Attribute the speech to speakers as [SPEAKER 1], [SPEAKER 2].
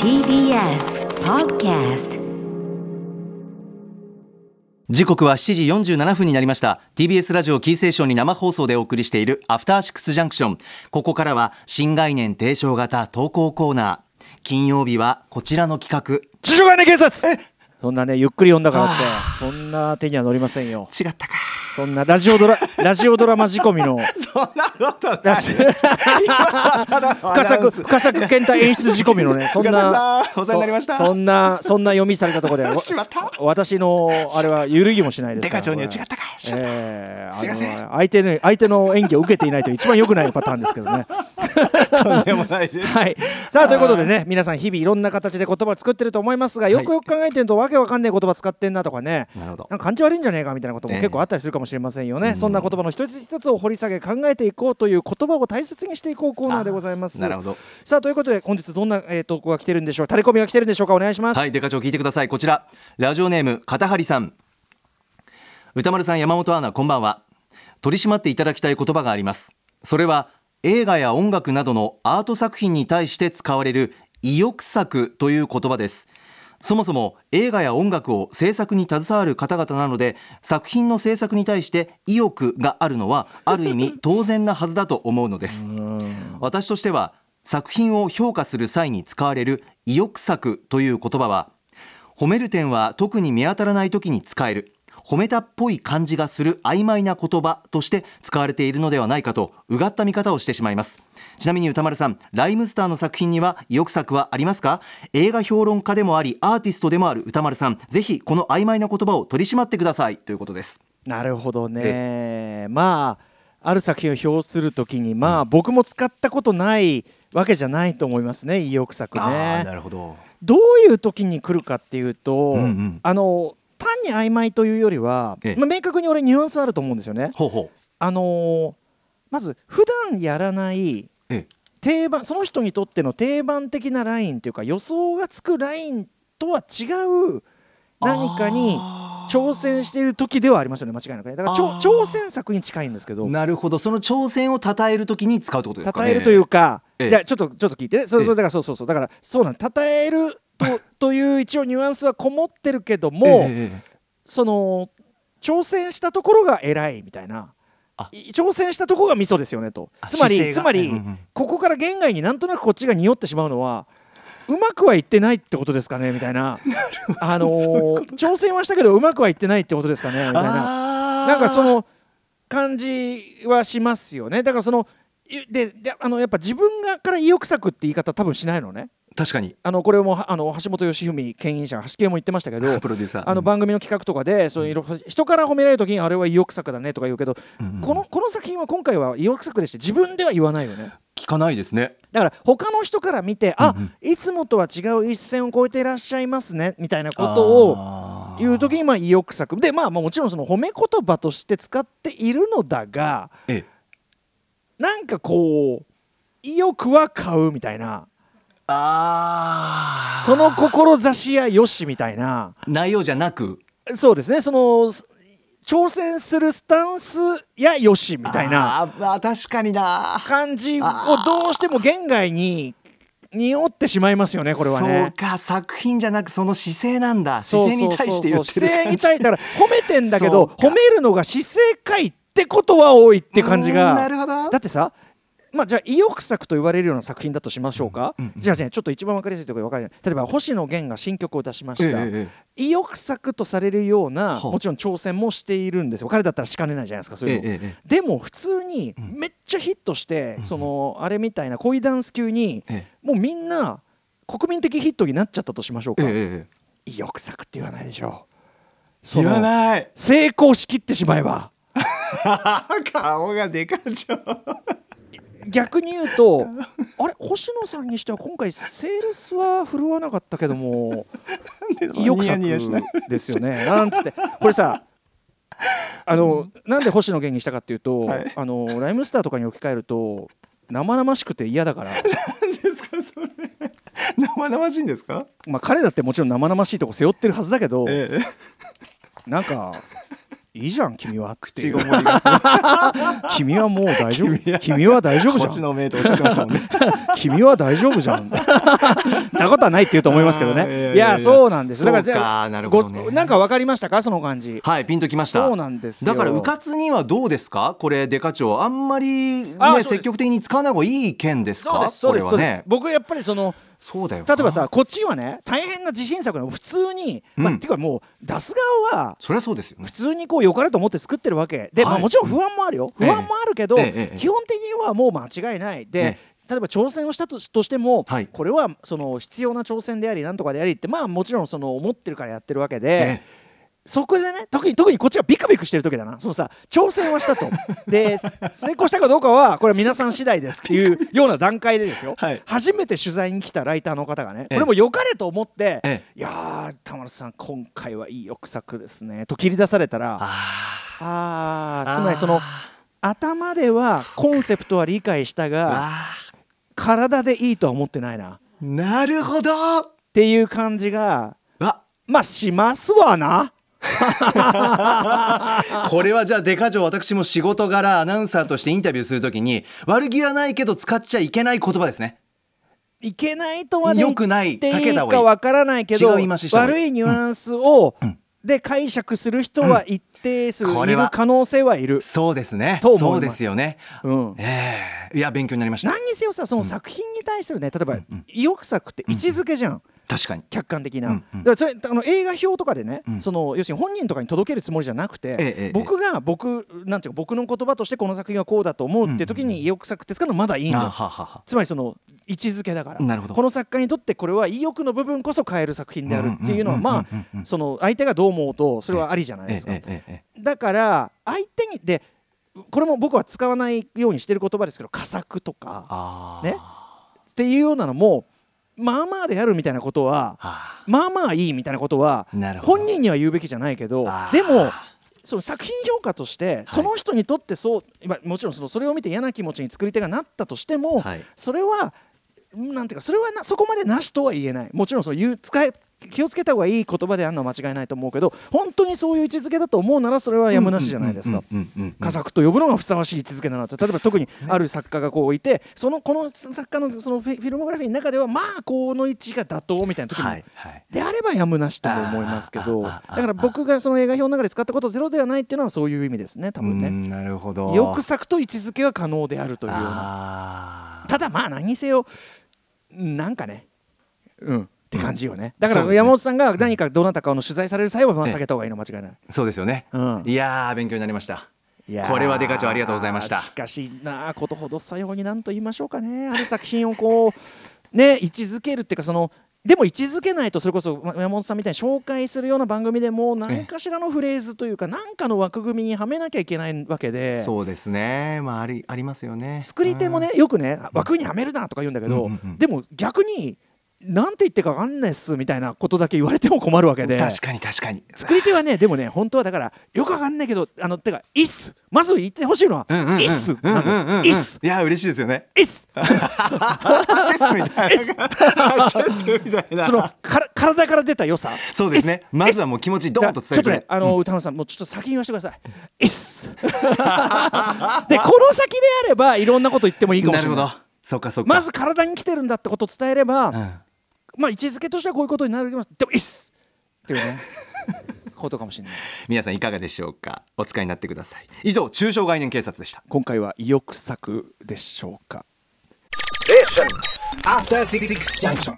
[SPEAKER 1] TBS Podcast
[SPEAKER 2] 時刻は7時47分になりました TBS ラジオキーセーションに生放送でお送りしているアフターシックスジャンクションここからは新概念提唱型投稿コーナー金曜日はこちらの企
[SPEAKER 3] 中小概念警察そんなねゆっくり読んだからってそんな手には乗りませんよ
[SPEAKER 2] 画違ったか
[SPEAKER 3] そんなラジオ ドララジオドラマ仕込みの
[SPEAKER 2] そんなこと
[SPEAKER 3] ラ
[SPEAKER 2] ない
[SPEAKER 3] ジ 深作深作健太演出仕込みのねそんな
[SPEAKER 2] 深作さんお世話になりました
[SPEAKER 3] そそんなそんな読みされたところ で
[SPEAKER 2] しまった
[SPEAKER 3] 私のあれは揺るぎもしないです
[SPEAKER 2] デ
[SPEAKER 3] から
[SPEAKER 2] カ長には違っ
[SPEAKER 3] これ
[SPEAKER 2] たかしまった
[SPEAKER 3] えー
[SPEAKER 2] すいません
[SPEAKER 3] あの相手の相手の演技を受けていないという一番良くないパターンですけどね。
[SPEAKER 2] とんでもないです
[SPEAKER 3] はい、さあということでね皆さん日々いろんな形で言葉を作ってると思いますがよくよく考えてるとわけわかんない言葉使ってんなとかね
[SPEAKER 2] なるほど
[SPEAKER 3] なんか感じ悪いんじゃねえかみたいなことも結構あったりするかもしれませんよね、そんな言葉の一つ一つを掘り下げ考えていこうという言葉を大切にしていこうコーナーでございます
[SPEAKER 2] なるほど
[SPEAKER 3] さあということで本日どんな、えー、投稿が来てるんでしょうタレコミが来てるんでしょうかお願いします、
[SPEAKER 2] はい、デカ長聞いてください。こちら、ラジオネーム、片張さん。歌丸さん、山本アナ、こんばんは。取り締まっていただきたい言葉があります。それは、映画や音楽などのアート作品に対して使われる意欲作という言葉です。そもそも映画や音楽を制作に携わる方々なので作品の制作に対して意欲があるのはある意味当然なはずだと思うのです私としては作品を評価する際に使われる意欲作という言葉は褒める点は特に見当たらない時に使える褒めたっぽい感じがする曖昧な言葉として使われているのではないかとうがった見方をしてしまいますちなみに歌丸さんライムスターの作品には意欲作はありますか映画評論家でもありアーティストでもある歌丸さんぜひこの曖昧な言葉を取り締まってくださいということです
[SPEAKER 3] なるほどねまあある作品を評するときにまあ、僕も使ったことないわけじゃないと思いますね意欲作ね
[SPEAKER 2] るほど
[SPEAKER 3] どういう時に来るかっていうと、
[SPEAKER 2] うんうん
[SPEAKER 3] あの単に曖昧というよりは、
[SPEAKER 2] ええ
[SPEAKER 3] まあ、明確に俺ニュアンスはあると思うんですよね。
[SPEAKER 2] ほうほう
[SPEAKER 3] あのーまず普段やらない
[SPEAKER 2] ええ
[SPEAKER 3] 定番その人にとっての定番的なラインというか予想がつくラインとは違う何かに挑戦している時ではありますよね間違いなくねだからちょ
[SPEAKER 2] あー
[SPEAKER 3] 挑戦作に近いんですけど
[SPEAKER 2] なるほどその挑戦を称えるときに使うってことですか
[SPEAKER 3] 称
[SPEAKER 2] ね
[SPEAKER 3] えるというか、
[SPEAKER 2] ええ
[SPEAKER 3] じゃあちょっとちょっと聞いてねそ
[SPEAKER 2] え
[SPEAKER 3] れ
[SPEAKER 2] え
[SPEAKER 3] それだからそうそうそうだからそうなん称えるとという一応ニュアンスはこもってるけども、
[SPEAKER 2] ええええ
[SPEAKER 3] その挑戦したところが偉いみたいな
[SPEAKER 2] あ
[SPEAKER 3] い挑戦したところがミソですよねと
[SPEAKER 2] あ
[SPEAKER 3] つ
[SPEAKER 2] 姿
[SPEAKER 3] ま
[SPEAKER 2] 勢
[SPEAKER 3] り
[SPEAKER 2] が
[SPEAKER 3] つまり、
[SPEAKER 2] うんうん
[SPEAKER 3] ここから言外になんとなくこっちが匂ってしまうのはうまくはいってないってことですかねみた いなあのー挑戦はしたけどうまくはいってないってことですかねみたいな。
[SPEAKER 2] あー
[SPEAKER 3] なんかその感じはしますよね。だからそのいでであのやっぱ自分がから意欲作って言い方多分しないのね。
[SPEAKER 2] 確かに。
[SPEAKER 3] あのこれもはあの橋本良文牽引者橋系も言ってましたけど
[SPEAKER 2] プロデューサー
[SPEAKER 3] あの番組の企画とかでそういう人から褒められる時にあれは意欲作だねとか言うけど、
[SPEAKER 2] うんうん
[SPEAKER 3] このこの作品は今回は意欲作でして自分では言わないよね
[SPEAKER 2] 聞かないですね
[SPEAKER 3] だから他の人から見て、あ
[SPEAKER 2] うんうん
[SPEAKER 3] いつもとは違う一線を越えていらっしゃいますねみたいなことを
[SPEAKER 2] を
[SPEAKER 3] いう時にまあ意欲作でまあまあもちろんその褒め言葉として使っているのだが
[SPEAKER 2] ええ
[SPEAKER 3] なんかこう意欲は買うみたいな
[SPEAKER 2] あー
[SPEAKER 3] その志やよしみたいな
[SPEAKER 2] 内容じゃなく
[SPEAKER 3] そうですねそのす挑戦するスタンスやよしみたいな
[SPEAKER 2] あーまあ確かにな
[SPEAKER 3] 感じを
[SPEAKER 2] あー
[SPEAKER 3] どうしても言外に匂ってしまいますよねこれは
[SPEAKER 2] そう
[SPEAKER 3] ね。
[SPEAKER 2] か作品じゃなくその姿勢なんだ姿勢に対して言ってる
[SPEAKER 3] 姿勢
[SPEAKER 2] 感
[SPEAKER 3] に
[SPEAKER 2] じ
[SPEAKER 3] 対してだから褒めてんだけど
[SPEAKER 2] そうか
[SPEAKER 3] 褒めるのが姿勢かいってことは多いって感じ
[SPEAKER 2] う
[SPEAKER 3] が
[SPEAKER 2] ん なるほど
[SPEAKER 3] だってさまあじゃあ意欲作と言われるような作品だとしましょうか、
[SPEAKER 2] うんうん
[SPEAKER 3] じゃあねちょっと一番わかりやすいところで分かる例えば星野源が新曲を出しました、
[SPEAKER 2] え
[SPEAKER 3] 意欲作とされるような
[SPEAKER 2] はあ
[SPEAKER 3] もちろん挑戦もしているんですよ彼だったらしかねないじゃないですかそう
[SPEAKER 2] えええ
[SPEAKER 3] いうの、
[SPEAKER 2] ええ
[SPEAKER 3] でも普通に
[SPEAKER 2] ん
[SPEAKER 3] めっちゃヒットして、そのあれみたいな恋ダンス級に
[SPEAKER 2] ええ
[SPEAKER 3] もうみんな国民的ヒットになっちゃったとしましょう
[SPEAKER 2] え
[SPEAKER 3] か、
[SPEAKER 2] ええ
[SPEAKER 3] 意欲作って言わないでしょう
[SPEAKER 2] 言わない
[SPEAKER 3] 成功しきってしまえば
[SPEAKER 2] 顔がでかじゃん
[SPEAKER 3] 逆に言う とあれ星野さんにしては今回セールスは振るわなかったけども意欲作
[SPEAKER 2] ニヤニヤしない
[SPEAKER 3] ですよねなんつってこれさあの、なんで星野源にしたかっていうと、
[SPEAKER 2] はい
[SPEAKER 3] あのライムスターとかに置き換えると生々しくて嫌だから、
[SPEAKER 2] 何ですかそれ生々しいんですか
[SPEAKER 3] まあ、彼だってもちろん生々しいとこ背負ってるはずだけど、
[SPEAKER 2] ええ
[SPEAKER 3] なんかいいじゃん君はって
[SPEAKER 2] 口
[SPEAKER 3] いう
[SPEAKER 2] ごもりがすごい
[SPEAKER 3] 君はもう大丈夫
[SPEAKER 2] 君は
[SPEAKER 3] 君は大丈夫じ
[SPEAKER 2] 星
[SPEAKER 3] ゃん
[SPEAKER 2] の名とおっしゃってましたもんね
[SPEAKER 3] 君は大丈夫じゃん なことはないって言うと思いますけど
[SPEAKER 2] あーいやいやい
[SPEAKER 3] ね
[SPEAKER 2] や
[SPEAKER 3] いやそうなんですだからじ
[SPEAKER 2] そう
[SPEAKER 3] ゃ
[SPEAKER 2] か
[SPEAKER 3] あ
[SPEAKER 2] なるほ
[SPEAKER 3] ご
[SPEAKER 2] どね
[SPEAKER 3] なんかわかりましたかその感じ
[SPEAKER 2] はいピンときました
[SPEAKER 3] そうなんですよ
[SPEAKER 2] だからうかつにはどうですかこれデカ長あんまり、ね
[SPEAKER 3] あそう、です
[SPEAKER 2] 積極的に使わない方がいい件です
[SPEAKER 3] そうで
[SPEAKER 2] か
[SPEAKER 3] すそ
[SPEAKER 2] こ
[SPEAKER 3] うで
[SPEAKER 2] れは
[SPEAKER 3] すそうです
[SPEAKER 2] ね
[SPEAKER 3] 僕やっぱりその
[SPEAKER 2] そうだよ
[SPEAKER 3] 例
[SPEAKER 2] な
[SPEAKER 3] えばさこっちはね大変な自信作の普通にまあ
[SPEAKER 2] うん
[SPEAKER 3] っていうかもう出す側は
[SPEAKER 2] そりゃそうですよね
[SPEAKER 3] 普通にこう良かれと思って作ってるわけで、ま
[SPEAKER 2] は
[SPEAKER 3] あ、
[SPEAKER 2] い
[SPEAKER 3] もちろん不安もあるよ、
[SPEAKER 2] ええ
[SPEAKER 3] 不安もあるけど、
[SPEAKER 2] ええええ
[SPEAKER 3] 基本的にはもう間違いないで、
[SPEAKER 2] え
[SPEAKER 3] 例えば挑戦をしたとしとしても、
[SPEAKER 2] はい
[SPEAKER 3] これはその必要な挑戦でありなんとかでありってまあもちろんその思ってるからやってるわけで。
[SPEAKER 2] え
[SPEAKER 3] そこでね特に特にこっちがビクビクしてる時だなそのさ挑戦はしたとで成功したかどうかはこれは皆さん次第ですっていうような段階でですよ、
[SPEAKER 2] はい
[SPEAKER 3] 初めて取材に来たライターの方がね
[SPEAKER 2] ええ
[SPEAKER 3] これも良かれと思って、
[SPEAKER 2] え
[SPEAKER 3] いやー田丸さん今回はいい憶作ですねと切り出されたら
[SPEAKER 2] あ
[SPEAKER 3] あ
[SPEAKER 2] ー
[SPEAKER 3] ーつまりその頭ではコンセプトは理解したが
[SPEAKER 2] あ
[SPEAKER 3] 体でいいとは思ってないなっ
[SPEAKER 2] ーなるほど
[SPEAKER 3] ていう感じが
[SPEAKER 2] わ
[SPEAKER 3] まあしますわな
[SPEAKER 2] これはじゃあデカ長私も仕事柄アナウンサーとしてインタビューするときに悪気はないけど使っちゃいけない言葉ですね
[SPEAKER 3] いけないとまで言
[SPEAKER 2] 良くない
[SPEAKER 3] ってい
[SPEAKER 2] 避け
[SPEAKER 3] い
[SPEAKER 2] た
[SPEAKER 3] か
[SPEAKER 2] 方がいい
[SPEAKER 3] わからないけど
[SPEAKER 2] 違う言い回しした方がいい
[SPEAKER 3] 悪いニュアンスを
[SPEAKER 2] うん
[SPEAKER 3] で解釈する人は一定数い
[SPEAKER 2] これ
[SPEAKER 3] る
[SPEAKER 2] は
[SPEAKER 3] 可能性はいる。
[SPEAKER 2] そうですね
[SPEAKER 3] と思いま
[SPEAKER 2] そ
[SPEAKER 3] す
[SPEAKER 2] うですよね
[SPEAKER 3] うん
[SPEAKER 2] ええいや勉強になりました
[SPEAKER 3] 何にせよさその作品に対するね例えば意欲作って位置づけじゃん。
[SPEAKER 2] 確かに
[SPEAKER 3] 客観的な、
[SPEAKER 2] うんうん
[SPEAKER 3] だからそれあの映画表とかでね、
[SPEAKER 2] うん
[SPEAKER 3] その要するに本人とかに届けるつもりじゃなくて、
[SPEAKER 2] ええ
[SPEAKER 3] 僕が僕なんていうか僕の言葉としてこの作品はこうだと思うって時に意欲作って使うのまだいい
[SPEAKER 2] あ
[SPEAKER 3] の
[SPEAKER 2] は
[SPEAKER 3] よ
[SPEAKER 2] はは
[SPEAKER 3] つまりその位置づけだから
[SPEAKER 2] なるほど
[SPEAKER 3] この作家にとってこれは意欲の部分こそ変える作品であるっていうの
[SPEAKER 2] うんうんうん
[SPEAKER 3] は
[SPEAKER 2] うん
[SPEAKER 3] ま
[SPEAKER 2] うんうんう
[SPEAKER 3] あ
[SPEAKER 2] ん
[SPEAKER 3] その相手がどう思うとそれはありじゃない
[SPEAKER 2] え
[SPEAKER 3] で
[SPEAKER 2] え
[SPEAKER 3] すか
[SPEAKER 2] え。えええ
[SPEAKER 3] だから相手にでこれも僕は使わないようにしてる言葉ですけど佳作とか
[SPEAKER 2] あー
[SPEAKER 3] ねっていうようなのもまあまあであるみたいなことは
[SPEAKER 2] あ
[SPEAKER 3] まあまあいいみたいなことは
[SPEAKER 2] ーなるほど
[SPEAKER 3] 本人には言うべきじゃないけど
[SPEAKER 2] あー
[SPEAKER 3] でもその作品評価としてその人にとってそう、まあもちろんそのそれを見て嫌な気持ちに作り手がなったとしても、
[SPEAKER 2] はい
[SPEAKER 3] それはんなんていうかそれはなそこまでなしとは言えないもちろんその言う使え気をつけた方がいい言葉であるのは間違いないと思うけど本当にそういう位置づけだと思うならそれはやむなしじゃないですか。
[SPEAKER 2] うんうんうんうんうん
[SPEAKER 3] 佳作と呼ぶのがふさわしい位置づけだなと例えば特にある作家がこういてそのこの作家のそのフィフィルモグラフィーの中ではまあこの位置が妥当みたいな時も
[SPEAKER 2] はいはい
[SPEAKER 3] であればやむなしとも思いますけど
[SPEAKER 2] あー
[SPEAKER 3] だ
[SPEAKER 2] あーあー
[SPEAKER 3] から僕がその映画表の中で使ったことゼロではないっていうのはそういう意味ですね多
[SPEAKER 2] う
[SPEAKER 3] 分ね
[SPEAKER 2] んなるほど
[SPEAKER 3] 意欲作と位置づけが可能であるというような
[SPEAKER 2] あー
[SPEAKER 3] ただまあ何にせよなんかねうんって感じよねだか
[SPEAKER 2] そうで
[SPEAKER 3] ら
[SPEAKER 2] すね
[SPEAKER 3] 山本さんが何かどなたかの取材される際はまあ
[SPEAKER 2] ええ
[SPEAKER 3] 避けた方がいいの間違いない
[SPEAKER 2] そうですよね、
[SPEAKER 3] うん
[SPEAKER 2] いやー勉強になりました
[SPEAKER 3] いやー
[SPEAKER 2] これはデカ長ありがとうございました
[SPEAKER 3] しかしなあことほどさようになんと言いましょうかねある作品をこうね位置づけるっていうかそのでも位置づけないとそれこそま山本さんみたいに紹介するような番組でも何かしらのフレーズというか何かの枠組みにはめなきゃいけないわけで
[SPEAKER 2] そうですねまあありありますよね
[SPEAKER 3] 作り手もねよくね枠にはめるなとか言うんだけど、
[SPEAKER 2] うんうんうん
[SPEAKER 3] でも逆になんて言ってか分かんないっすみたいなことだけ言われても困るわけ
[SPEAKER 2] うん
[SPEAKER 3] で
[SPEAKER 2] 確かに確かに
[SPEAKER 3] 作り手はねでもね本当はだからよく分かんないけどあのてか「いいっす」まず言ってほしいのは「
[SPEAKER 2] うんうんうん
[SPEAKER 3] いいっす」
[SPEAKER 2] うんう
[SPEAKER 3] なん
[SPEAKER 2] うん
[SPEAKER 3] ん
[SPEAKER 2] う
[SPEAKER 3] だ
[SPEAKER 2] ん
[SPEAKER 3] いいっす」
[SPEAKER 2] いや嬉しいですよ ね
[SPEAKER 3] いい っす
[SPEAKER 2] チェスみたいなチェスみたいな
[SPEAKER 3] そのから体から出た良さ
[SPEAKER 2] そうですねまずはもう気持ちドーンと伝え
[SPEAKER 3] ちょ
[SPEAKER 2] る
[SPEAKER 3] っとねあの歌丸さんもうちょっと先に言わせてくださいいいっす でこの先であればいろんなこと言ってもいいかも
[SPEAKER 2] な
[SPEAKER 3] し
[SPEAKER 2] る
[SPEAKER 3] れ
[SPEAKER 2] ほ
[SPEAKER 3] な
[SPEAKER 2] ど
[SPEAKER 3] い
[SPEAKER 2] そっかそっか
[SPEAKER 3] まず体に来てるんだってことを伝えれば、
[SPEAKER 2] うん
[SPEAKER 3] まあ位置づけとしてはこういうことになるけどでもいいっすっていうねことかもしれない
[SPEAKER 2] 皆さんいかがでしょうかお使いになってください以上中小概念警察でした
[SPEAKER 3] 今回は意欲作でしょうか
[SPEAKER 4] After Six Junction.